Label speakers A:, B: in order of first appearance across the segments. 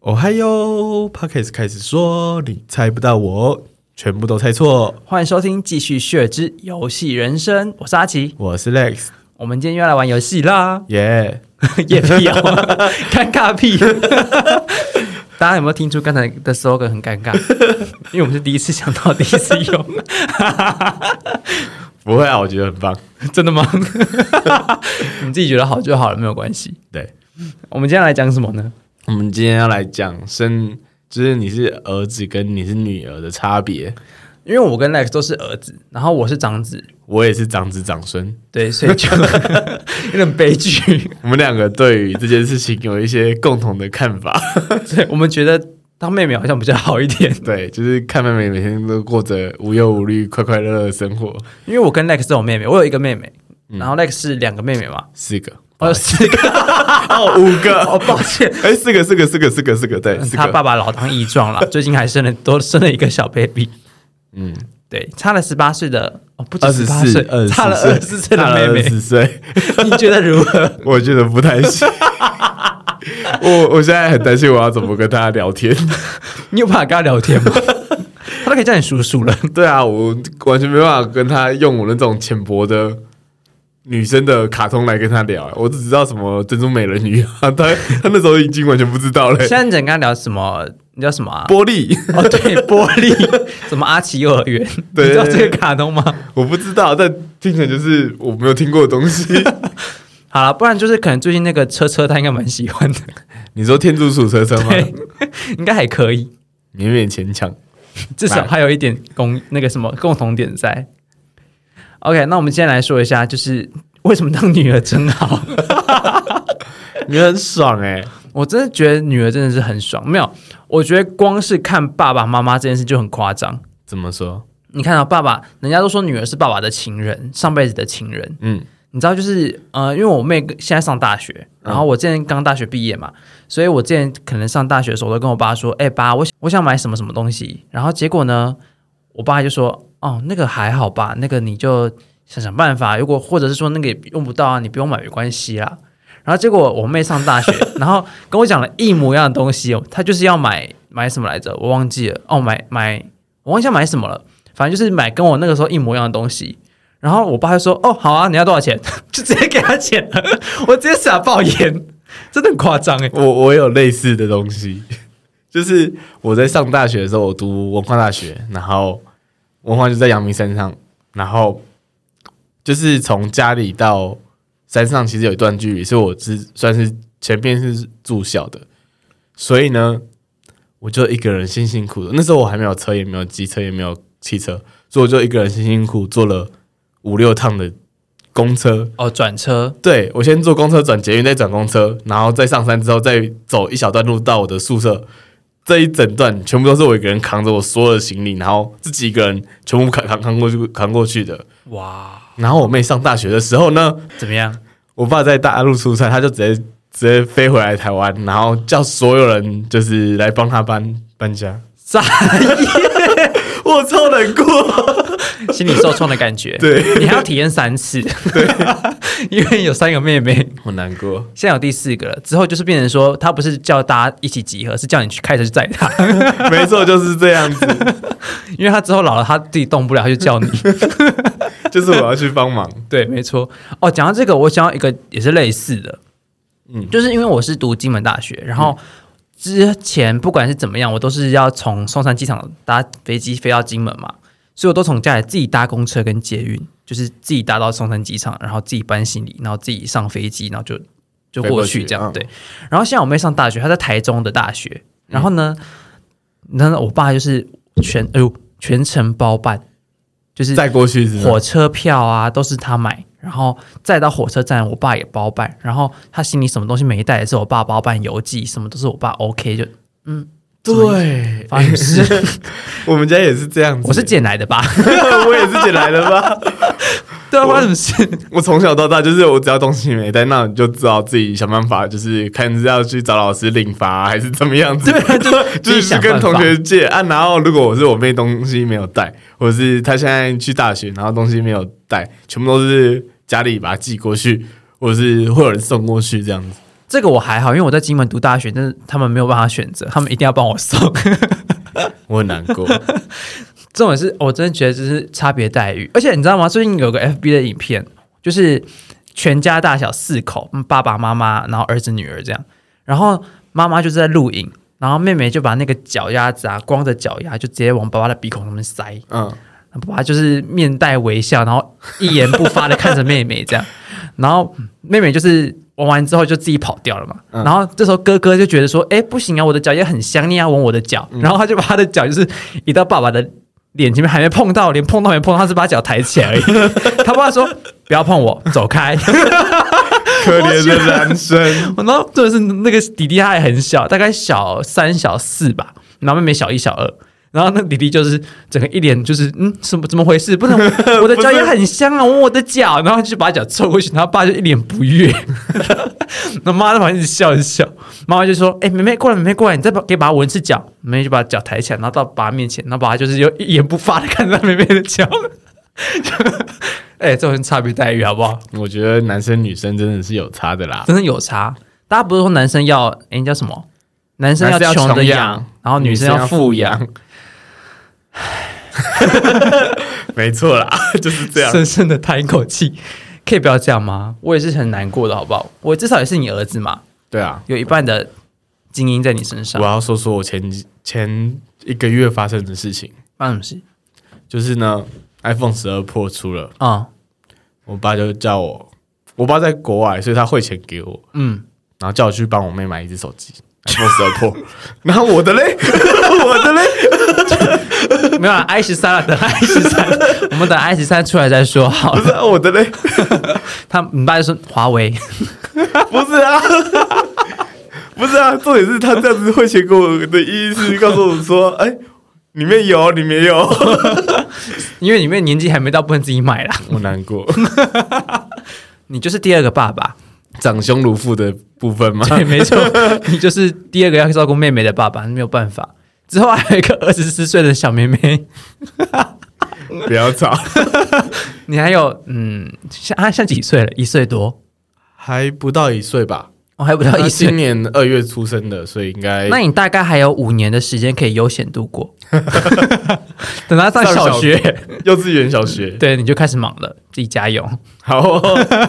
A: 哦嗨哟 p o c k e t 开始说，你猜不到我，全部都猜错。
B: 欢迎收听，继续血之游戏人生，我是阿奇。
A: 我是 Lex，
B: 我们今天又要来玩游戏啦，
A: 耶、
B: 也屁哦，尴尬屁。大家有没有听出刚才的 slogan 很尴尬？因为我们是第一次想到，第一次用，
A: 不会啊，我觉得很棒。
B: 真的吗？你自己觉得好就好了，没有关系。
A: 对，
B: 我们今天来讲什么呢？
A: 我们今天要来讲生，就是你是儿子跟你是女儿的差别。
B: 因为我跟 Lex 都是儿子，然后我是长子，
A: 我也是长子长孙，
B: 对，所以就 有点悲剧。
A: 我们两个对于这件事情有一些共同的看 法。
B: 对，我们觉得当妹妹好像比较好一点。
A: 对，就是看妹妹每天都过着无忧无虑、快快乐乐的生活。
B: 因为我跟 Lex 都有妹妹，我有一个妹妹，
A: 嗯
B: 然后 Lex 是两个妹妹嘛，
A: 四个
B: 我有 四个，
A: 哦，五个
B: 哦，抱歉，
A: 哎、四个，四个，四个，四个，四个，对，四
B: 他
A: 个。
B: 爸爸老当益壮了，最近还生了多生了一个小 baby，
A: 嗯，
B: 对，差了十八岁的哦，不
A: 二十
B: 止十八
A: 四，
B: 岁，差了
A: 二
B: 二
A: 十
B: 十岁的妹
A: 二
B: 妹，
A: 十岁，
B: 你觉得如何？
A: 我觉得不太行。 我我现在很担心我要怎么跟大家聊天。
B: 你有办法跟他聊天吗？他都可以叫你叔叔了，
A: 对啊，我完全没办法跟他用我那种浅薄的女生的卡通来跟他聊。我只知道什么珍珠美人鱼啊， 他他那时候已经完全不知道了。
B: 现在你想跟他聊什么？你叫什么啊？
A: 玻璃，
B: 哦，对，玻璃， 什么阿奇幼儿园？
A: 对
B: 你知道这个卡通吗？
A: 我不知道，但听起来就是我没有听过的东 西。
B: 好了，不然就是可能最近那个车车，他应该蛮喜欢的，
A: 你说天竺鼠车车吗？
B: 对， 应该还可以。
A: 勉勉强强。
B: 至少还有一点共那个什么共同点在。OK，那我们今天来说一下，就是为什么当女儿真好。
A: 你很爽哎、
B: 我真的觉得女儿真的是很爽。没有，我觉得光是看爸爸妈妈这件事就很夸张。
A: 怎么说？
B: 你看到、爸爸，人家都说女儿是爸爸的情人，上辈子的情人。
A: 嗯，
B: 你知道，就是呃，因为我妹现在上大学，然后我之前刚大学毕业嘛，所以我之前可能上大学的时候，我都跟我爸说：“哎、爸，我想我想买什么什么东西。”然后结果呢，我爸就说：“哦，那个还好吧，那个你就想想办法，如果或者是说那个也用不到啊，你不用买没关系啦。”然后结果我妹上大学， 然后跟我讲了一模一样的东西哦，她就是要买买什么来着，我忘记了哦，买买我忘记要买什么了，反正就是买跟我那个时候一模一样的东西。然后我爸就说：“哦，好啊，你要多少钱？” 就直接给他钱了， 我直接傻爆眼，真的很夸张哎、
A: 我我有类似的东西，就是我在上大学的时候，我读文化大学，然后文化就在阳明山上，然后就是从家里到山上其实有一段距离，所以我是算是前面是住校的，所以呢，我就一个人辛辛苦苦，那时候我还没有车，也没有机车，也没有汽车，所以我就一个人辛辛苦苦坐了五六趟的公车，
B: 哦，转车
A: 对我先坐公车转捷运，再转公车，然后再上山之后再走一小段路到我的宿舍。这一整段全部都是我一个人扛着我所有的行李，然后自己一个人全部扛扛扛过去扛过去的。
B: 哇，
A: 然后我妹上大学的时候呢，
B: 怎么样？
A: 我爸在大陆出差，他就直接直接飞回来台湾，然后叫所有人就是来帮他搬搬家。
B: 傻眼，
A: 我超难过，
B: 心里受创的感觉。
A: 对，
B: 你还要体验三次，对， 因为有三个妹妹，
A: 我难过。
B: 现在有第四个了，之后就是变成说，他不是叫大家一起集合，是叫你去开车去载他，
A: 没错，就是这样子，
B: 因为他之后老了，他自己动不了，他就叫你。
A: 就是我要去帮 忙。
B: 对，没错。哦，讲到这个，我想要一个也是类似的，
A: 嗯
B: 嗯，就是因为我是读金门大学，然后之前不管是怎么样，我都是要从松山机场搭飞机飞到金门嘛，所以我都从家里自己搭公车跟捷运，就是自己搭到松山机场，然后自己搬行李，然后自己上飞机，然后就就
A: 飞
B: 过
A: 过
B: 去啊
A: 去
B: 这样、
A: 嗯
B: 对。然后现在我妹上大学，她在台中的大学，然后呢，那、我爸就是全哎呦全程包办，就是
A: 再过去是吗
B: 火车票啊都是他买，然后再到火车站，我爸也包办。然后他行李什么东西没带，也是我爸包办，邮寄什么都是我爸 OK 就
A: 对，
B: 发生什么事
A: 我们家也是这样子。
B: 我是捡来的吧？
A: 我也是捡来的吧？
B: 对啊，发生什么事？
A: 我从小到大就是，我只要东西没带，那你就知道自己想办法，就是看是要去找老师领罚、还是怎么样子。
B: 对啊，就
A: 就是去跟同学借啊，然后如果我是我妹东西没有带，或者是她现在去大学，然后东西没有带，全部都是家里把它寄过去，或者是会有人送过去这样子。
B: 这个我还好，因为我在金门读大学，但是他们没有办法选择，他们一定要帮我送。
A: 我很难过。
B: 这种是我真的觉得这是差别待遇，而且你知道吗？最近有个 FB 的影片，就是全家大小四口，嗯爸爸妈妈，然后儿子女儿这样，然后妈妈就是在录影，然后妹妹就把那个脚丫子啊，光着脚丫就直接往爸爸的鼻孔上面塞，
A: 嗯，
B: 爸爸就是面带微笑，然后一言不发的看着妹妹这样， 然后妹妹就是玩完之后就自己跑掉了嘛，
A: 嗯
B: 然后这时候哥哥就觉得说，哎、不行啊，我的脚也很香，你也要吻我的脚，然后他就把他的脚就是移到爸爸的脸前面，还没碰到，连碰都没碰到，他是把脚抬起来而已，他爸说不要碰我，走开，
A: 可怜的男生，
B: 然后就是那个弟弟他还很小，大概小三小四吧，然后妹妹小一小二。然后那弟弟就是整个一脸就是嗯，什么怎么回事？不能我的脚也很香啊，我我的脚，然后就把脚凑过去，然后爸就一脸不悦， 那妈在旁边一直笑一直笑，妈妈就说：“哎、妹妹过来，妹妹过来，你再把给爸闻一次脚。”妹妹就把脚抬起来，然后到爸面前，然后爸就是又一言不发的看着妹妹的脚， 哎、这种差别待遇好不好？
A: 我觉得男生女生真的是有差的啦。
B: 真的有差。大家不是说男生要诶，你叫什么？男生要
A: 男生要
B: 穷的
A: 穷
B: 养
A: 养，
B: 然后女生要富养，，
A: 没错啦，就是这样。
B: 深深的叹一口气。可以不要这样吗？我也是很难过的，好不好？我至少也是你儿子嘛，
A: 对啊，
B: 有一半的精英在你身上
A: 我。要说说我前几前一个月发生的事情，
B: 发生什么事？
A: 就是呢，iPhone 十二 Pro 出了，
B: 啊、
A: 我爸就叫我，我爸在国外，所以他汇钱给我，
B: 嗯，
A: 然后叫我去帮我妹买一只手机 iPhone 十二 Pro，然 后我的嘞， 我的嘞，
B: 没有啦，i 啊十三了，等 i 十三，我们等 i 十三出来再说好
A: 不
B: 了。
A: 是啊我的嘞，
B: 他你爸就说华为，
A: 不是啊。 不是啊，重点是他这样子汇钱给我的意义是告诉我说，哎、里面有，里面有，
B: 因为你们年纪还没到，不能自己买啦。
A: 我难过，
B: 你就是第二个爸爸，
A: 长兄如父的部分吗？
B: 对，没错，你就是第二个要照顾妹妹的爸爸，没有办法。之后还有一个二十四岁的小妹妹，
A: 不要吵，
B: 你还有嗯，像她像几岁了？一岁多，
A: 还不到一岁吧？
B: 我、还不到
A: 他
B: 一
A: 今
B: 岁。
A: 年二月出生的，所以应该
B: 那你大概还有五年的时间可以悠闲度 过，等她上小学，
A: 上幼稚园、小学。
B: 对，你就开始忙了，自己加油。
A: 好 哦，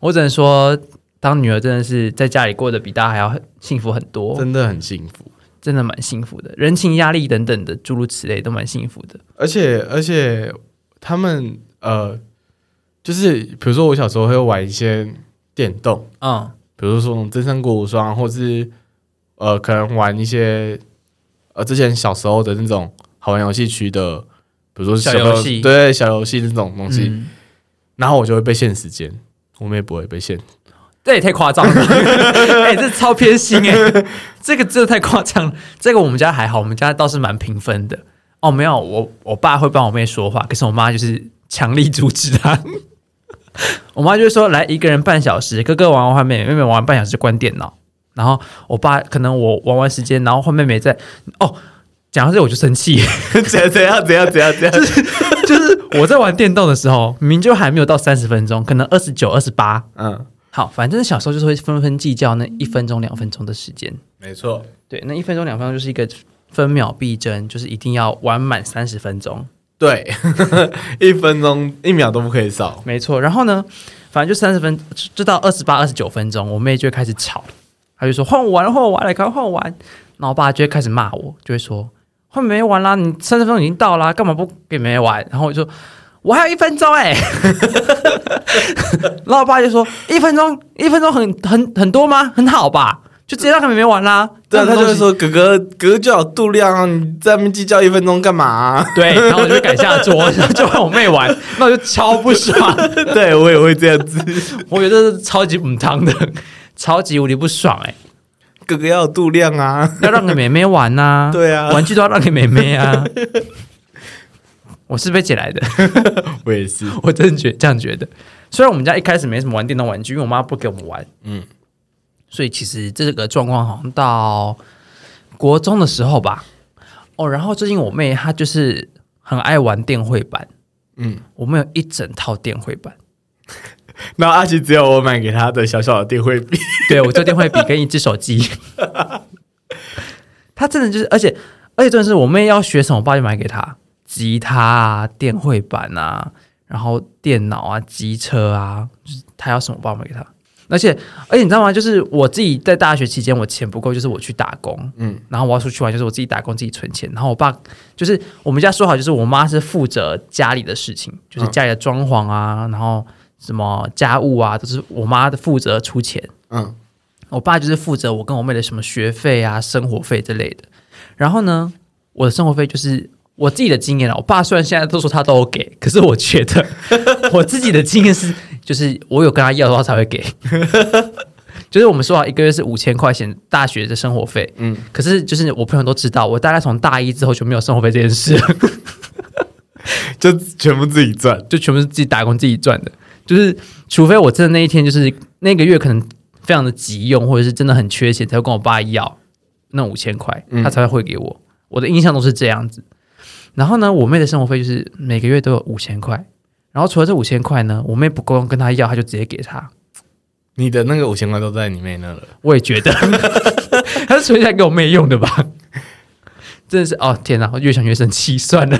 B: 我只能说，当女儿真的是在家里过得比大家还要很幸福很多，真
A: 真的很幸福。
B: 的蛮幸福的，人情压力等等的诸如此类都蛮幸福的。
A: 而且而且他们呃，就是比如说我小时候会玩一些电动，
B: 嗯，
A: 比如说《真三国无双》，或是呃，可能玩一些呃之前小时候的那种好玩游戏区的，比如说
B: 小
A: 时候
B: 游戏
A: 对小游戏那种东西，
B: 嗯
A: 然后我就会被限时间，我们也不会被限。
B: 这也太夸张了 吧，哎、这超偏心哎、这个真的太夸张了。这个我们家还好，我们家倒是蛮平分的。哦，没有，我我爸会帮我妹说话，可是我妈就是强力阻止他。 我妈就会说：“来，一个人半小时，哥哥玩完换妹妹，妹妹玩完半小时就关电脑。”然后我爸可能我玩完时间，然后换妹妹再哦，讲到这我就生气。
A: 怎怎样怎样怎样怎样？
B: 就是我在玩电动的时候，明明就还没有到三十分钟，可能二十九、二十八，
A: 嗯，
B: 好，反正小时候就是会纷纷计较那一分钟、两分钟的时间。
A: 没错。
B: 对，那一分钟、两分钟就是一个分秒必争，就是一定要玩满三十分钟。
A: 对， 一分钟一秒都不可以少。
B: 没错。然后呢，反正就三十分，就到二十八、二十九分钟，我妹就会开始吵，她就说换我玩了，换我玩了，赶快换我玩。然后我爸就会开始骂我，就会说换妹妹玩啦，你三十分钟已经到啦，干嘛不给妹妹玩？然后我就说我还有一分钟哎、 然后我爸就说一分钟，一分钟很很很多吗？很好吧，就直接让妹妹玩啦。
A: 对啊，他就
B: 会
A: 会。说：“哥哥，哥哥就要有度量啊，你在那边计较一分钟干嘛啊、
B: 对，然后我就改下桌，然后就让我妹玩，那我就超不爽。
A: 对我也会这样子，
B: 我觉得这是超级母汤的，超级无敌不爽哎、
A: 哥哥要有度量啊。
B: 要让给妹妹玩呐、
A: 对啊
B: 玩具都要让给妹妹啊。我是被解来的，
A: 我也是，
B: 我真的觉这样觉得。虽然我们家一开始没什么玩电动玩具，因为我妈不给我们玩，嗯，所以其实这个状况好像到国中的时候吧。哦，然后最近我妹她就是很爱玩电绘板，
A: 嗯，
B: 我们有一整套电绘板，
A: 然后阿奇只有我买给他的小小的电绘笔，
B: 对我就电绘笔跟一只手机。他真的就是，而且而且真的是，我妹要学什么，我爸就买给她吉他啊、电绘板啊，然后电脑啊、机车啊，就是她要什么，我爸买给她。而且而且你知道吗？就是我自己在大学期间，我钱不够，就是我去打工，嗯，然后我要出去玩，就是我自己打工自己存钱。然后我爸就是我们家说好，就是我妈是负责家里的事情，就是家里的装潢啊，然后什么家务啊，都是我妈的负责出钱。
A: 嗯，
B: 我爸就是负责我跟我妹的什么学费啊、生活费之类的。然后呢，我的生活费就是我自己的经验了。我爸虽然现在都说他都有给，可是我觉得我自己的经验是，就是我有跟他要的话才会给。就是我们说好啊一个月是五千块钱大学的生活费，嗯，可是就是我朋友都知道，我大概从大一之后就没有生活费这件事了，
A: 就全部自己赚。
B: 就全部是自己打工自己赚的。就是除非我真的那一天就是那个月可能非常的急用，或者是真的很缺钱，才会跟我爸要那五千块，他才会汇给我。我的印象都是这样子。然后呢，我妹的生活费就是每个月都有五千块。然后除了这五千块呢，我妹不够跟她要，她就直接给她。
A: 你的那个五千块都在你妹那了，
B: 我也觉得， 她是存起来给我妹用的吧？真的是哦，天哪！我越想越生气，算了。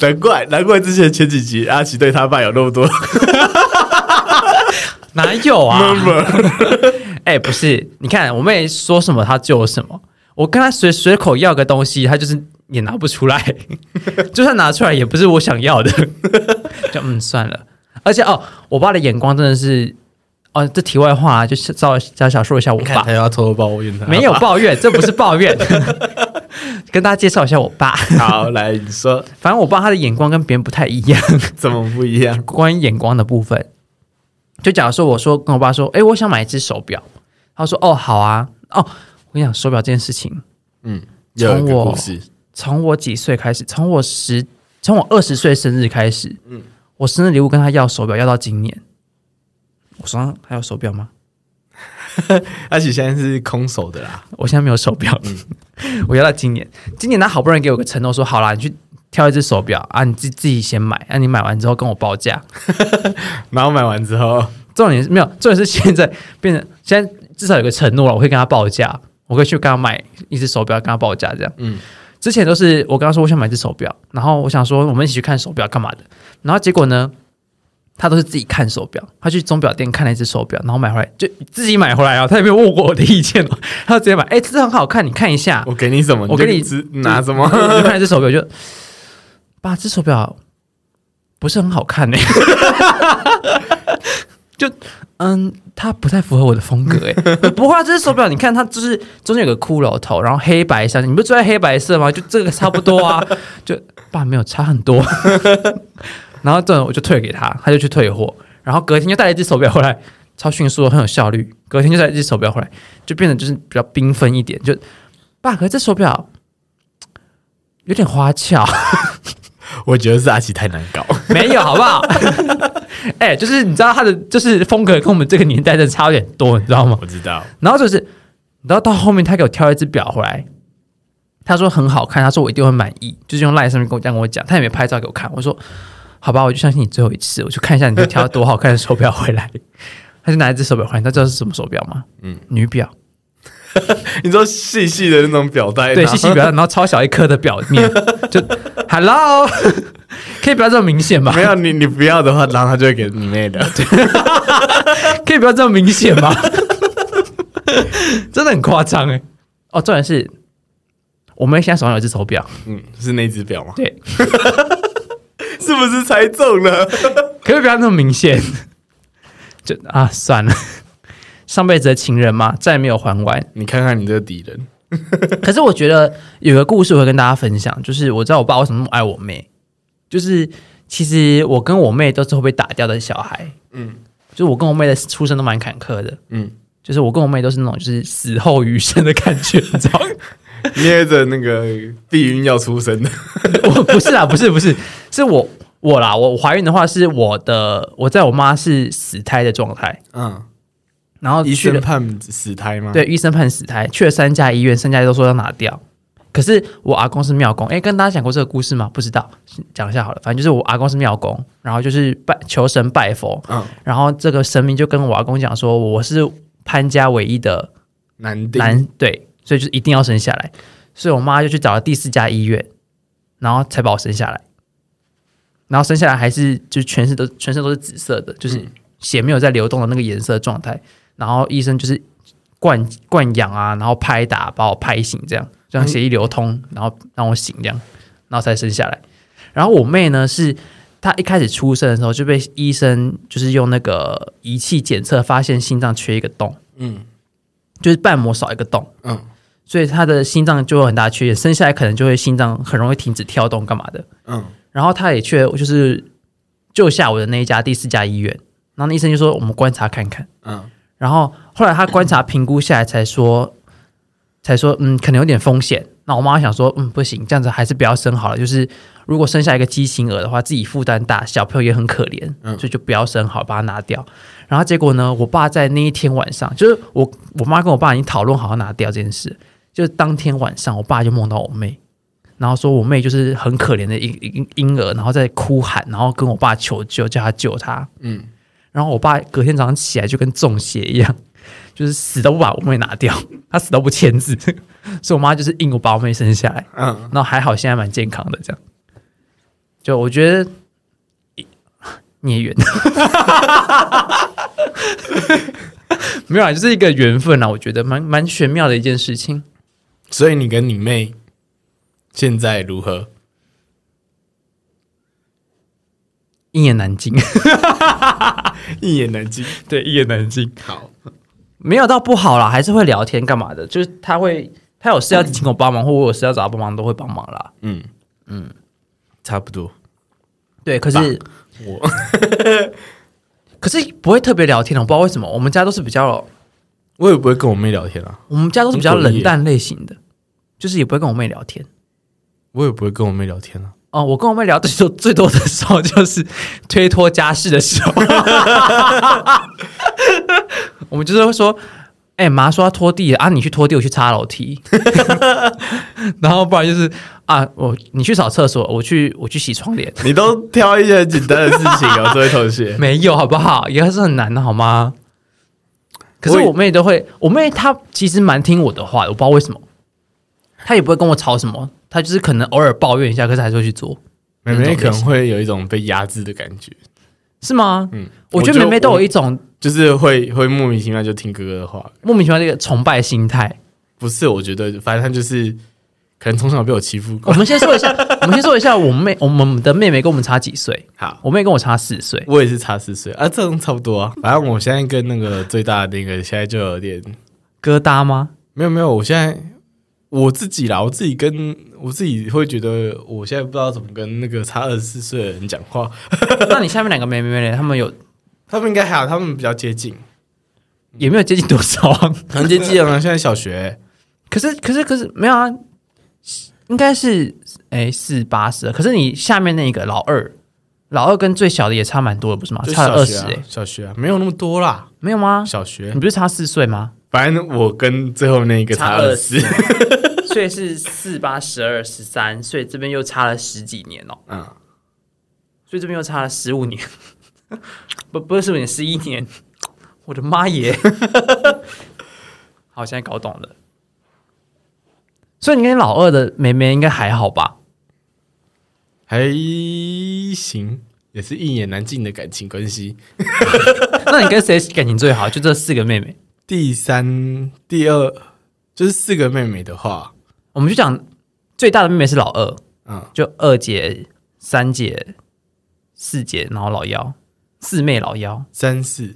A: 难怪难怪之前前几集阿奇对他爸有那么多
B: 哪有啊？
A: number，
B: 哎、不是，你看我妹说什么她就有什么，我跟她随随口要个东西，她就是也拿不出来， 就算拿出来也不是我想要的， 就嗯算了。而且哦，我爸的眼光真的是，哦，这题外话、啊、就是稍微小小说一下我爸
A: 他，又要偷偷抱怨他，
B: 没有抱怨，这不是抱怨， 跟大家介绍一下我爸，
A: 好来你说
B: 反正我爸他的眼光跟别人不太一样。
A: 怎么不一样？
B: 关于眼光的部分，就假如说我说跟我爸说，哎、我想买一只手表，他说哦好啊，哦，我跟你讲手表这件事情，
A: 又有一
B: 从
A: 个
B: 我
A: 故 事，
B: 从我几岁开始，从我十，从我二十岁生日开始，嗯，我生日礼物跟他要手表，要到今年，我手上还有手表吗？
A: 阿奇现在是空手的啦，
B: 我现在没有手表， 我要到今年，今年他好不容易给我个承诺，说好啦，你去挑一只手表啊，你自自己先买，啊，你买完之后跟我报价，
A: 然后买完之后，
B: 重点是没有，重点是现在变成现在至少有个承诺了，我会跟他报价，我会去跟他买一只手表，跟他报价这样。嗯，之前都是我跟他说我想买一只手表，然后我想说我们一起去看手表干嘛的，然后结果呢，他都是自己看手表，他去钟表店看了一只手表，然后买回来就自己买回来啊，他也没有问过我的意见哦，他就直接买，哎、这很好看，你看一下，
A: 我给你什么，
B: 我给你
A: 就只拿什么？
B: 我就看了这手表，就爸，这手表不是很好看呢、 就嗯，它不太符合我的风格哎、 不会、啊，这只手表你看它就是中间有个骷髅头，然后黑白相间，你不是最爱黑白色吗？就这个差不多啊， 就爸没有差很多。 然后这种我就退给他，他就去退货，然后隔天就带了一只手表回来，超迅速，很有效率。隔天就带了一只手表回来，就变得就是比较缤纷一点。就爸，可是这手表有点花俏，
A: 我觉得是阿奇太难搞，
B: 没有好不好？ 哎、就是你知道他的就是风格跟我们这个年代真的差有点多，你知道吗？
A: 我知道，
B: 然后就是你知道到后面他给我挑一只表回来，他说很好看，他说我一定会满意，就是用 line 上面跟我这样跟我讲，他也没拍照给我看，我说好吧，我就相信你最后一次，我去看一下你会挑多好看的手表回来。他就拿一只手表回来，你知道这是什么手表吗？嗯，女表，
A: 你说细细的那种表带，
B: 对，
A: 然后
B: 细细 表，然后超小一颗的表面，就 hello，可以不要这么明显吧？
A: 没有你，你不要的话，然后他就会给你妹 的。
B: 可以不要这么明显吗？ 真的很夸张哎！哦，重点是我们现在手上有一只手表，
A: 嗯，是那只表吗？
B: 对，
A: 是不是猜中了？
B: 可不可以不要那么明显？ 就啊，算了，上辈子的情人嘛，再也没有还完。
A: 你看看你这个敌人，
B: 可是我觉得有个故事我会跟大家分享，就是我知道我爸为什么那么爱我妹，就是其实我跟我妹都是会被打掉的小孩，
A: 嗯
B: 就是我跟我妹的出生都蛮坎坷的，
A: 嗯，
B: 就是我跟我妹都是那种就是死后余生的感觉，你知道吗？
A: 捏着那个避孕药出生的，
B: 我 不是啦，不是不是，是我我啦，我我怀孕的话是我的，我在我妈是死胎的状态，
A: 嗯，
B: 然后
A: 医
B: 去
A: 生
B: 了
A: 判死胎吗？
B: 对，医生判死胎，去了三家医院，三家都说要拿掉，可是我阿公是庙公，哎，跟大家讲过这个故事吗？不知道，讲一下好了。反正就是我阿公是庙公，然后就是拜求神拜佛，
A: 嗯，
B: 然后这个神明就跟我阿公讲说，我是潘家唯一的
A: 难定
B: 男，对，所以就是一定要生下来。所以我妈就去找了第四家医院，然后才把我生下来。然后生下来还是就全身都全身都是紫色的，就是血没有在流动的那个颜色状态。然后医生就是灌灌氧啊，然后拍打把我拍醒，这样让血液流通，然后让我醒这样，然后才生下来。然后我妹呢是。她一开始出生的时候就被医生就是用那个仪器检测，发现心脏缺一个洞，
A: 嗯
B: 就是瓣膜少一个洞，
A: 嗯
B: 所以他的心脏就有很大的缺陷，生下来可能就会心脏很容易停止跳动干嘛的。
A: 嗯
B: 然后他也去就是救下我的那一家第四家医院，然后那医生就说我们观察看看。
A: 嗯
B: 然后后来他观察评估下来才说，才说嗯可能有点风险。那我妈想说嗯不行，这样子还是不要生好了。就是如果生下一个畸形儿的话，自己负担大，小朋友也很可怜，
A: 嗯
B: 所以就不要生好，把它拿掉。然后结果呢，我爸在那一天晚上，就是我我妈跟我爸已经讨论好要拿掉这件事，就是当天晚上我爸就梦到我妹。然后说我妹就是很可怜的一一一婴儿，然后在哭喊，然后跟我爸求救，叫他救她。
A: 嗯，
B: 然后我爸隔天早上起来就跟中邪一样， 就是死都不把我妹拿掉， 他死都不签字， 所以我妈就是硬我把我妹生下来。
A: 嗯，
B: 那还好现在蛮健康的，这样。就我觉得 孽缘， 没有啊，就是一个缘分啊，我觉得蛮蛮玄妙的一件事情。
A: 所以你跟你妹现在如何？
B: 一言难尽，
A: 一言难尽。
B: 对，一言难尽。
A: 好，
B: 没有到不好啦，还是会聊天干嘛的，就是他会，他有事要请我帮忙，或我有事要找他帮忙，都会帮忙啦。
A: 嗯嗯，差不多。
B: 对，可是
A: 我
B: 可是不会特别聊天，我不知道为什么。我们家都是比较，
A: 我也不会跟我妹聊天啊，
B: 我们家都是比较冷淡类型的，就是也不会跟我妹聊天。
A: 我也不会跟我妹聊天啊。
B: 哦，我跟我妹聊的时候，最多的时候就是推脱家事的时候， 我们就是会说，哎、妈说要拖地啊，你去拖地，我去擦楼梯， 然后不然就是啊，我你去扫厕所，我去我去洗窗帘，
A: 你都挑一些简单的事情 哦，这位同学。
B: 没有好不好？也是很难的好吗？可是
A: 我也
B: 我妹都会，我妹她其实蛮听我的话的，我不知道为什么，她也不会跟我吵什么，她就是可能偶尔抱怨一下，可是还是会去做，
A: 妹妹可能会有一种被压制的感觉，
B: 是吗？
A: 嗯，
B: 我觉得妹妹都有一
A: 我
B: 种
A: 就是会会莫名其妙就听哥哥的话。
B: 莫名其妙的一个崇拜 心态。
A: 不是，我觉得反正他就是可能从小被我欺负
B: 我
A: 过。
B: 们先说一下，我们先说一下我妹，我们的妹妹跟我们差几岁？
A: 好，
B: 我妹跟我差四岁，
A: 我也是差四岁啊，这种差不多啊。反正我现在跟那个最大的那个现在就有点
B: 疙瘩吗？
A: 没有没有，我现在我自己啦，我自己跟我自己会觉得，我现在不知道怎么跟那个差二十四岁的人讲话。
B: 那你下面两个妹妹呢？她们有
A: 他们应该还好，他们比较接近，
B: 也没有接近多 少啊？
A: 很接近啊。现在小学
B: 可是可是可是没有啊，应该是哎四八十，可是你下面那个老二，老二跟最小的也差蛮多的，不是吗？
A: 就
B: 差了
A: 小
B: 二
A: 学
B: 十哎
A: 啊，，小学啊，没有那么多啦。
B: 没有吗？
A: 小学
B: 你，不是差四岁吗？
A: 反正我跟最后那个差二十，
B: 24，所以是四八十二十三，所以这边又差了十几年哦，
A: 嗯，
B: 所以这边又差了十五年， 不不是十五年，十一年， 我的妈耶！ 好，现在搞懂了。所以你跟老二的妹妹应该还好吧？
A: 还行，也是一言难尽的感情关系。
B: 那你跟谁感情最好？就这四个妹妹，
A: 第三、第二就是四个妹妹的话，
B: 我们就讲最大的妹妹是老二，
A: 嗯，
B: 就二姐、三姐、四姐，然后老幺，四妹老幺。
A: 三四，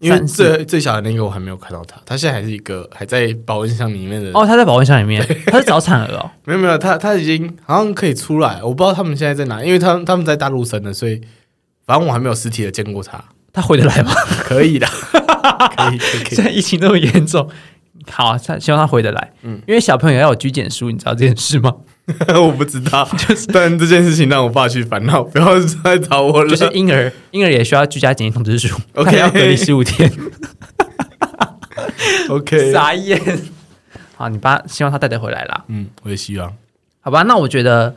A: 因为
B: 三四
A: 最最小的那个我还没有看到她，她现在还是一个还在保温箱里面的。
B: 哦，她在保温箱里面，她是早产儿哦。
A: 没有没有，她她已经好像可以出来，我不知道他们现在在哪，因为他们他们在大陆生的，所以反正我还没有实体的见过她。
B: 她回得来吗？
A: 可以的， 可以可以可以。
B: 现在疫情那么严重，好，她希望她回得来。嗯，因为小朋友要有居检书，你知道这件事 吗？
A: 我不知道，就是但这件事情让我爸去烦恼，不要再找我了。
B: 就是婴儿，婴儿也需要居家检疫通知 书
A: OK
B: 她也要隔离十五天。
A: OK，
B: 傻眼。好，你爸希望他带得回来啦。
A: 嗯，我也希望。
B: 好吧，那我觉得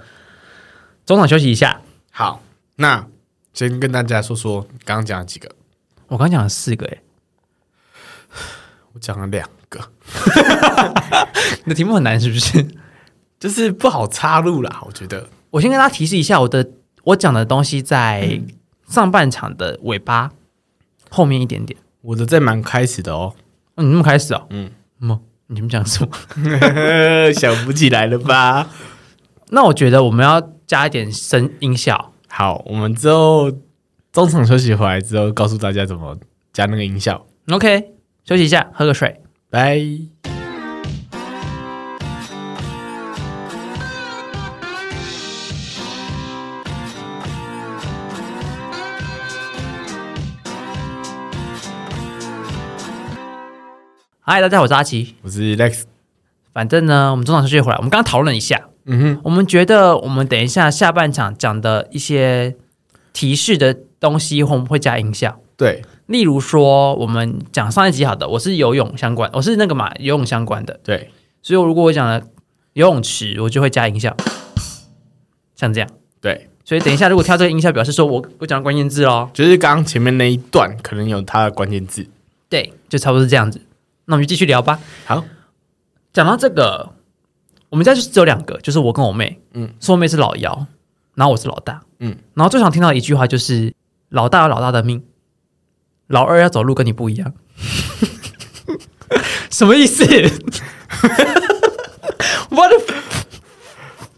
B: 中场休息一下。
A: 好，那先跟大家说说刚刚讲了几个，
B: 我刚讲了四个、欸，
A: 我讲了两个，
B: 你的题目很难是不是？
A: 就是不好插入啦，我觉得。
B: 我先跟大家提示一下，我的我讲的东西
A: 嗯
B: 在上半场的尾巴后面一点点。
A: 我的在蛮开始的哦，
B: 哦，你那么开始哦？
A: 嗯
B: 嗯，么？你们讲什么？
A: 想不起来了吧？
B: 那我觉得我们要加一点声音效。
A: 好，我们之后中场休息回来之后，告诉大家怎么加那个音效。
B: OK，休息一下，喝个水。
A: 拜。
B: 嗨，大家好，我是阿奇。
A: 我是 Lex，
B: 反正呢，我们中场休息回来，我们刚刚讨论了一下，
A: 嗯哼，
B: 我们觉得我们等一下下半场讲的一些提示的东西，我们会加音效。
A: 对
B: 例如说，我们讲上一集好的，我是游泳相关，我是那个嘛游泳相关的，
A: 对，
B: 所以如果我讲了游泳池，我就会加音效，像这样。
A: 对，
B: 所以等一下，如果跳这个音效，表示说我我讲了关键字喽。
A: 就是刚刚前面那一段可能有它的关键字。
B: 对，就差不多是这样子。那我们就继续聊吧。
A: 好，
B: 讲到这个，我们家就是只有两个，就是我跟我妹。
A: 嗯
B: 嗯，说我妹是老幺，然后我是老大。
A: 嗯
B: 嗯，然后最常听到的一句话就是“老大有老大的命，老二要走路跟你不一样”， 什么意思 ？What the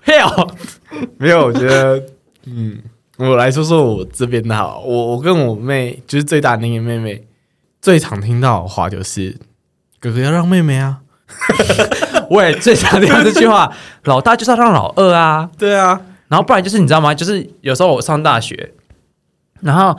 B: hell？
A: 没有，我觉得，嗯，我来说说我这边的好，我我跟我妹，就是最大的那个妹妹，最常听到的话就是“哥哥要让妹妹啊
B: 我也最常听到这句话，老大就是要让老二啊。”，
A: 对啊，
B: 然后不然就是你知道吗？就是有时候我上大学，然后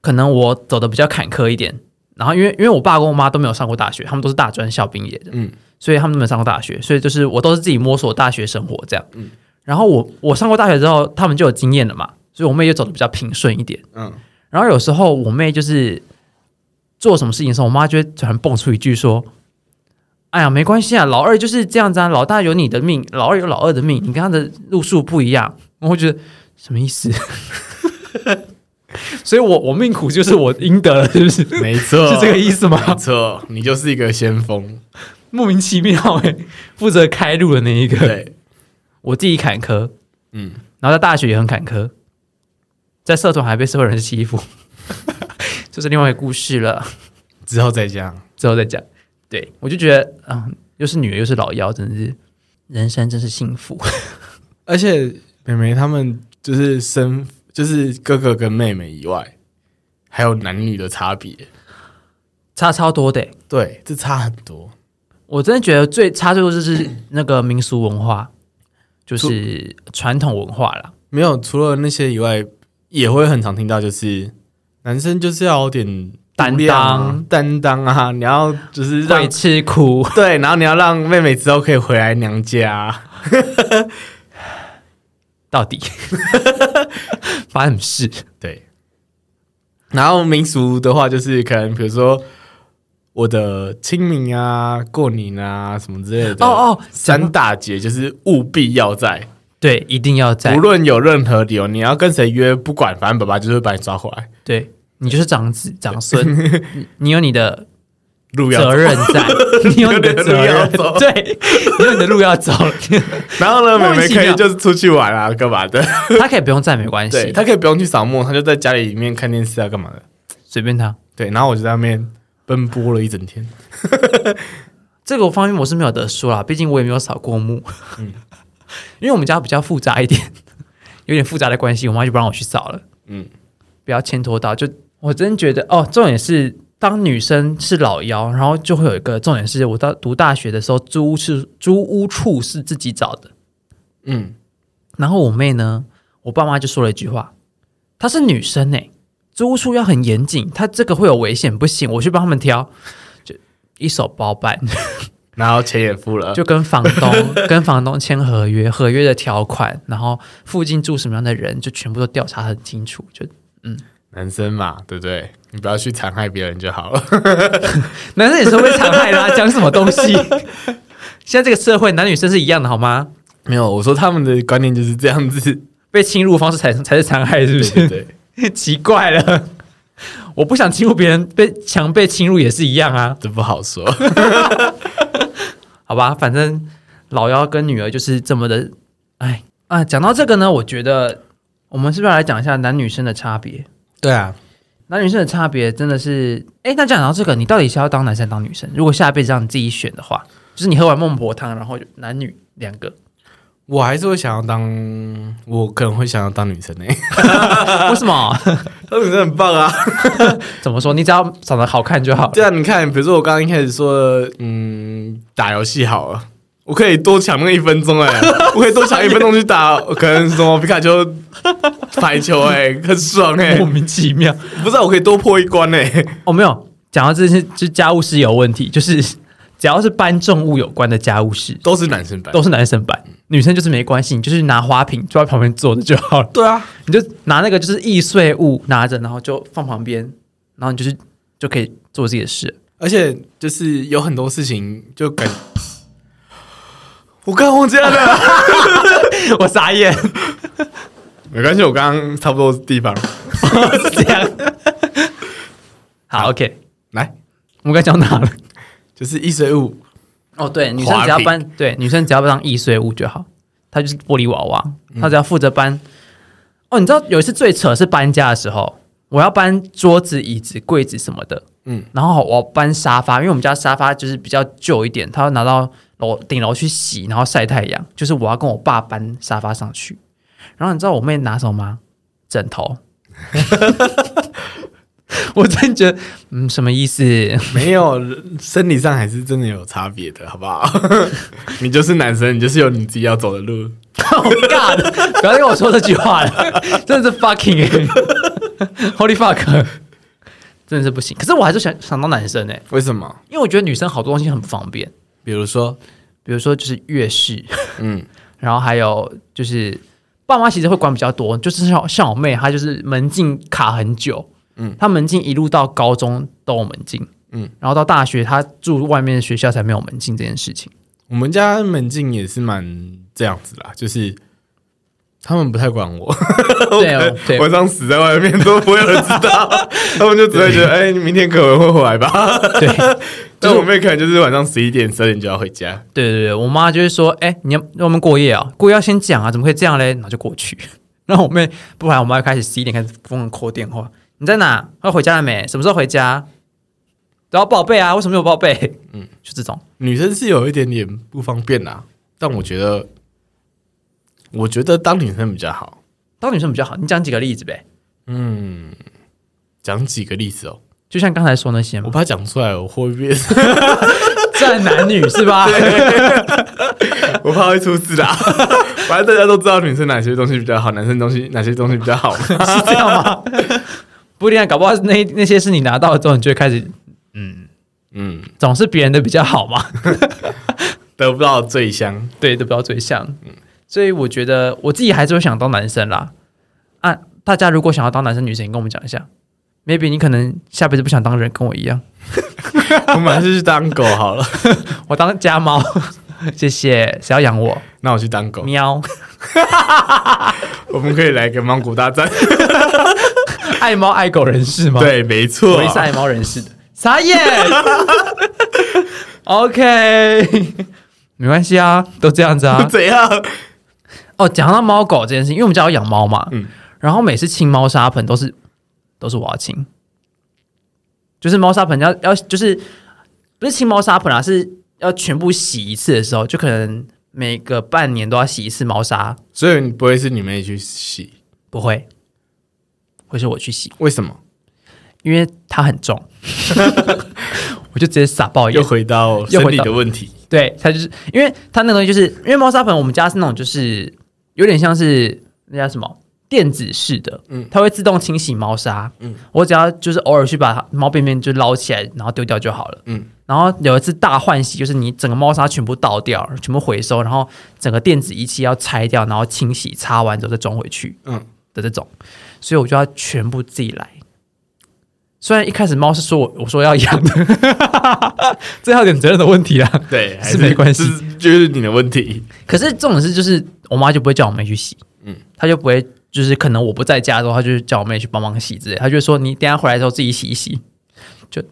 B: 可能我走的比较坎坷一点，然后因为因为我爸跟我妈都没有上过大学，他们都是大专校毕业的，
A: 嗯
B: 嗯，所以他们都没有上过大学，所以就是我都是自己摸索大学生活这样，嗯。然后我我上过大学之后，他们就有经验了嘛，所以我妹就走的比较平顺一点。
A: 嗯，
B: 然后有时候我妹就是做什么事情的时候，我妈就会突然蹦出一句说：“哎呀，没关系啊，老二就是这样子啊，老大有你的命，老二有老二的命，你跟他的路数不一样。”我会觉得什么意思？所以我我命苦就是我应得了，是不是？是
A: 没 错，
B: 这个意思
A: 没
B: 吗？
A: 错，你就是一个先锋，
B: 莫名其妙哎、负责开路的那一个，
A: 对，
B: 我自己坎坷，
A: 嗯，
B: 然后在大学也很坎坷，在社团还被社会人士欺负， 这是另外一个故事了。
A: 之后再讲，
B: 之后再讲。对我就觉得，啊、又是女儿又是老幺，真的是人生真是幸福。
A: 而且妹妹他们就是身，就是哥哥跟妹妹以外，还有男女的差别，
B: 差超多的欸、
A: 对，这差很多，
B: 我真的觉得最差最多就是那个民俗文化，就是传统文化啦。
A: 没有，除了那些以外，也会很常听到，就是男生就是要有点
B: 担当
A: 度量啊、担当啊，你要就是让
B: 会吃苦，
A: 对，然后你要让妹妹之后可以回来娘家啊，
B: 到底 发生什么事？
A: 对。然后民俗的话，就是可能比如说我的清明啊、过年啊什么之类的。
B: 哦哦，
A: 三大节就是务必要在，
B: 对，一定要在
A: 无，论有任何理由，你要跟谁约，不管，反正爸爸就是会把你抓回来，
B: 对你就是长子 长孙，你你有你的
A: 路要走
B: 责任 在，你有你的责
A: 你
B: 任
A: 有你的路要走，
B: 对，你有你的路 要走，
A: 然后呢，
B: 莫
A: 妹
B: 名
A: 妹
B: 其
A: 可以
B: 妙
A: 就是出去玩啊，干嘛的？
B: 他可以不用在没关
A: 对
B: 系，
A: 他可以不用去扫墓，他就在家里面看电视啊，干嘛的？
B: 随便他。
A: 对，然后我就在那边奔波了一整天。
B: 这个方面我是没有得说啦，毕竟我也没有扫过墓。 因为我们家比较复杂一点， 有点复杂的关系，我妈就不让我去扫了。
A: 嗯
B: 嗯，不要牵拖到。就我真觉得哦，重点是当女生是老幺，然后就会有一个重点是我到读大学的时候，租屋是租屋处是自己找的。
A: 嗯，
B: 然后我妹呢，我爸妈就说了一句话，她是女生呢、欸租屋处要很严谨，她这个会有危险，不行，我去帮他们挑，就一手包办。
A: 然后钱也付了，
B: 就跟房东 跟房东签合约，合约的条款，然后附近住什么样的人，就全部都调查很清楚。 就
A: 男生嘛，对不对？你不要去残害别人就好了。
B: 男生也是会被残害啦、讲什么东西？ 现在这个社会男女生是一样的好吗？
A: 没有，我说他们的观念就是这样子，
B: 被侵入方式才才是残害，是不
A: 对对
B: 是？
A: 对，
B: 奇怪了，我不想侵入别人，被强被侵入也是一样啊，
A: 这不好说。
B: 好吧，反正老幺跟女儿就是这么的，哎啊，讲到这个呢，我觉得我们是不是要来讲一下男女生的差别？
A: 对啊，
B: 男女生的差别真的是，哎，那讲到这个，你到底是要当男生还是当女生？如果下辈子让你自己选的话，就是你喝完孟婆汤，然后就男女两个，
A: 我还是会想要当，我可能会想要当女生欸诶、
B: 为什么？
A: 当女生很棒啊。
B: 怎么说？你只要长得好看就好了。
A: 对啊，你看，比如说我刚刚一开始说，嗯，打游戏好了，我可以多抢那一分钟哎、 我可以多抢一分钟去打，可能什么皮卡丘、排球哎、 很爽哎、
B: 莫名其妙，
A: 不知道我可以多破一关哎、
B: 哦，没有讲到这些，就是家务事有问题，就是 只要是搬重物有关的家务事，
A: 都是男生版。
B: 都是男生版，女生就是没关系，你就是拿花瓶坐在旁边坐着就好了，
A: 对啊，
B: 你就拿那个就是易碎物拿着，然后就放旁边，然后你就是就可以做自己的事。
A: 而且就是有很多事情就感， 我刚刚忘记 了，
B: 我傻眼，
A: 没关系，我刚刚差不多地方
B: 是 这样。好，OK，
A: 来，
B: 我们刚讲哪了？
A: 就是易碎物，
B: 哦，对，女生只要搬，对，女生只要当易碎物就好，她就是玻璃娃娃，她只要负责搬。哦，你知道有一次最扯是搬家的时候，我要搬桌子、椅子、柜子什么的，
A: 嗯
B: 嗯，然后我要搬沙发，因为我们家沙发就是比较旧一点，它要拿到楼顶楼去洗，然后晒太阳，就是我要跟我爸搬沙发上去。然后你知道我妹拿什么吗？枕头。 我真觉得，嗯，什么意思？
A: 没有，生理上还是真的有差别的，好不好？ 你就是男生，你就是有你自己要走的路。
B: 好尬的，不要再跟我说这句话 了，真的是 fucking、holy fuck，真的是不行。可是我还是想想当男生哎、
A: 为什么？
B: 因为我觉得女生好多东西很不方便，
A: 比如说，
B: 比如说就是月事，
A: 嗯，
B: 然后还有就是爸妈其实会管比较多，就是像像我妹，她就是门禁卡很久，
A: 嗯
B: 嗯，她门禁一路到高中都有门禁，
A: 嗯
B: 嗯，然后到大学她住外面的学校才没有门禁这件事情。
A: 我们家门禁也是蛮这样子啦，就是他们不太管我，
B: 对哦，对，
A: 晚上死在外面都不会有人知 道，他们就只会觉得，哎、你明天可能会回来吧。
B: 对，
A: 但我妹可能就是晚上十一点、十二点就要回家。
B: 对对对，我妈就会说：“哎、你要让我们过夜啊，过夜要先讲啊，怎么可以这样嘞？”然后就过去。 然后我妹，不然我妈就开始十一点开始疯狂扣电话：“你在哪？要回家了没？什么时候回家？”然后报备啊，为什么没有报备？嗯，就这种。
A: 女生是有一点点不方便啦，但我觉得，我觉得当女生比较好。
B: 当女生比较好，你讲几个例子呗，
A: 嗯，讲几个例子哦，
B: 就像刚才说那些
A: 我
B: 嘛，
A: 怕讲出来我会变，
B: 站男女是吧？
A: 我怕会出事啦。 反正大家都知道女生哪些东西比较好，男生东西哪些东西比较好。
B: 是这样吗？不一定、啊，搞不好那那些是你拿到了之后，你就会开始
A: 嗯，
B: 总是别人的比较好嘛。
A: 得不到最香。
B: 对，都不要追像。所以我觉得我自己还是会想当男生啦。啊，大家如果想要当男生、女生，也跟我们讲一下。maybe 你可能下辈子不想当人，跟我一样，
A: 我们还是去当狗好了。
B: 我当家猫。 谢谢，谁要养我？
A: 那我去当狗，
B: 喵，
A: 我们可以来个芒果大 战。
B: 爱猫爱狗人士吗？，
A: 对，没错。
B: 我也。是爱猫人士的。傻眼。OK，没关系啊，都这样子 啊
A: 怎样？
B: 哦，讲到猫狗这件事情，因为我们家有养猫嘛，
A: 嗯
B: 然后每次清猫砂盆都是都是我要清，就是猫砂盆要要就是不是清猫砂盆啊，是要全部洗一次的时候，就可能每个半年都要洗一次猫砂，
A: 所以你不会是你妹去洗？
B: 不会，会是我去洗，
A: 为什么？
B: 因为它很重， 我就直接撒爆
A: 又
B: 油。
A: 回到
B: 又
A: 生
B: 回
A: 理
B: 到
A: 的问题。
B: 对，它就是因为它那个东西，就是因为猫砂盆，我们家是那种就是有点像是那叫什么电子式的，
A: 嗯
B: 嗯，它会自动清洗猫砂，嗯，我只要就是偶尔去把猫便便就捞起来，然后丢掉就好了，
A: 嗯
B: 嗯。然后有一次大换洗，就是你整个猫砂全部倒掉，全部回收，然后整个电子仪器要拆掉，然后清洗擦完之后再装回去
A: 嗯，
B: 的这种，所以我就要全部自己来。虽然一开始猫是说我我说要养的， 这要点责任的问题啊。
A: 对，还
B: 是没关系，
A: 这是就是你的问题。
B: 可是这种事就是我妈就不会叫我妹去洗，嗯
A: 嗯，
B: 她就不会就是可能我不在家的时候，她就是叫我妹去帮忙洗之类，她就会说你等一下回来之后自己洗一洗。就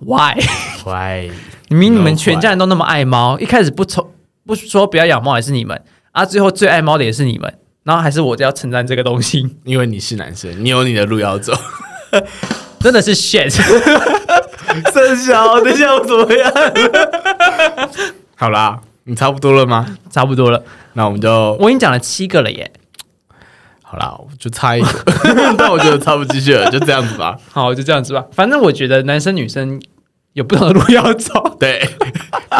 B: why？
A: 喂，
B: 明明你们全家人都那么爱猫，一开始不从不说不要养猫也是你们啊，最后最爱猫的也是你们，然后还是我要承担这个东西，
A: 因为你是男生，你有你的路要走。
B: 真的是 shit。
A: 真小，等一下我怎么样？好啦，你差不多了吗？
B: 差不多了，
A: 那我们就
B: 我已经讲了七个了耶。
A: 好啦，我就差一个， 但我觉得差不进去了，就这样子吧。
B: 好，就这样子吧。反正我觉得男生女生有不同的路要走。
A: 对，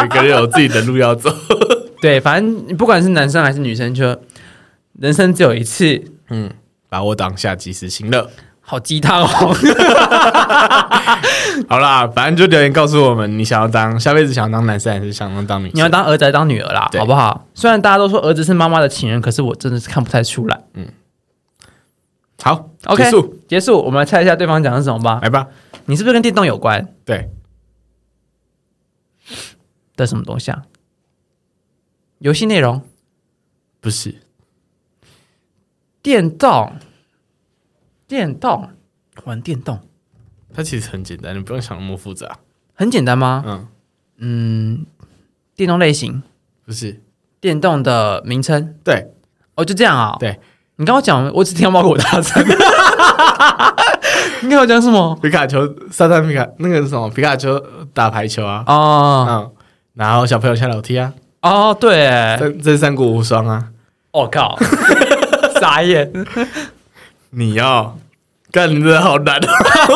A: 每个人有自己的路要走。
B: 对，反正不管是男生还是女生，就人生只有一次，
A: 嗯，把握当下，及时行乐。
B: 好鸡 汤哦。
A: 好啦，反正就留言告诉我们，你想要当下辈子想要当男生还是想要当女
B: 你要
A: 生？
B: 当儿子还是当女儿啦，
A: 对
B: 好不好？虽然大家都说儿子是妈妈的情人，可是我真的是看不太出来。
A: 好
B: OK，
A: 结束，哎
B: 结束，我们来猜一下对方讲的是什么吧。
A: 来吧。
B: 你是不是跟电动有关
A: 对，
B: 的什么东西啊？游戏内容、
A: 不是，
B: 电动、电动玩电动，
A: 它其实很简单，你不用想那么复杂。
B: 很简单吗？
A: 嗯，
B: 嗯，电动类型、
A: 不是，
B: 电动的名称，
A: 对
B: 哦，就这样啊、
A: 对，
B: 你刚刚讲，我只听到猫狗大战。 你跟我讲什么？
A: 皮卡丘、沙滩皮卡那个是什么皮卡丘打排球啊，
B: 哦
A: 嗯，然后小朋友下楼梯啊，
B: 哦，对耶，
A: 这这三国无双啊，
B: 我、靠， 傻眼。
A: 你要干你真的好难啊，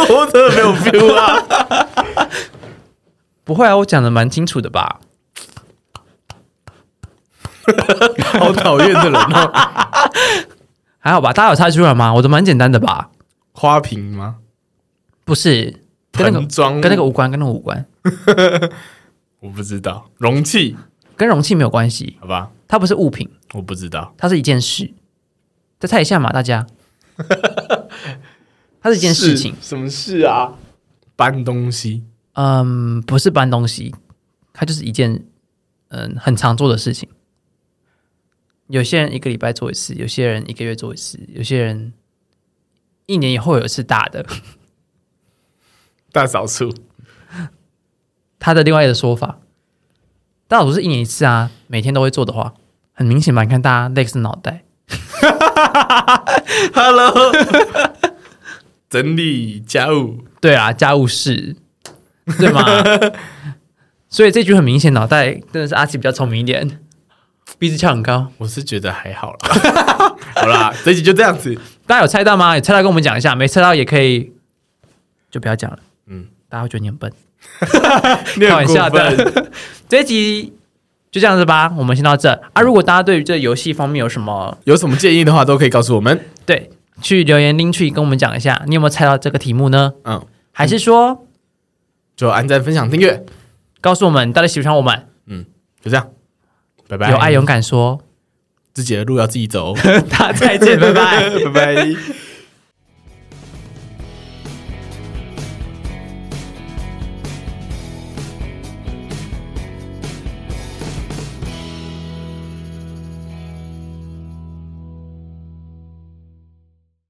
A: 我真的没有 feel 啊。
B: 不会啊，我讲的蛮清楚的吧？
A: 好讨厌的人哦。
B: 还好吧？大家有猜出来吗？我的蛮简单的吧？
A: 花瓶吗？
B: 不是，跟那
A: 盆
B: 个
A: 装物
B: 跟那个无关，跟那个无关，
A: 我不知道，容器
B: 跟容器没有关系。
A: 好吧，
B: 它不是物品，
A: 我不知道，
B: 它是一件事。再猜一下嘛，大 家。它是一件事情，
A: 是什么事啊？搬东西，
B: 嗯，不是搬东西，它就是一件嗯很常做的事情。有些人一个礼拜做一次，有些人一个月做一次，有些人一年以后有一次大的。
A: 大扫除，
B: 他的另外一个说法，大扫除是一年一次啊，每天都会做的话，很明显吧？你看大家累死脑袋，
A: Hello，整理家务，
B: 对啊，家务事，对 吗？所以这局很明显，脑袋真的是阿奇比较聪明一点，鼻子翘很高。
A: 我是觉得还好啦。 好啦，这集就这样子，
B: 大家有猜到吗？有猜到跟我们讲一下，没猜到也可以就不要讲了。嗯
A: 嗯，
B: 大家会觉得你很笨。
A: 你
B: 开玩
A: 很过
B: 笑
A: 分，
B: 的。这一集就这样子吧，我们先到这啊。如果大家对于这游戏方面有什么
A: 有什么建议的话都可以告诉我们。
B: 对，去留言拎去跟我们讲一下，你有没有猜到这个题目呢？
A: 嗯，
B: 还是说
A: 就按赞、分享、订阅，
B: 告诉我们到底喜不喜欢我们？
A: 就这样，拜拜。
B: 有爱勇敢说，
A: 自己的路要自己走哦。
B: 大家再见，拜拜。
A: 拜拜。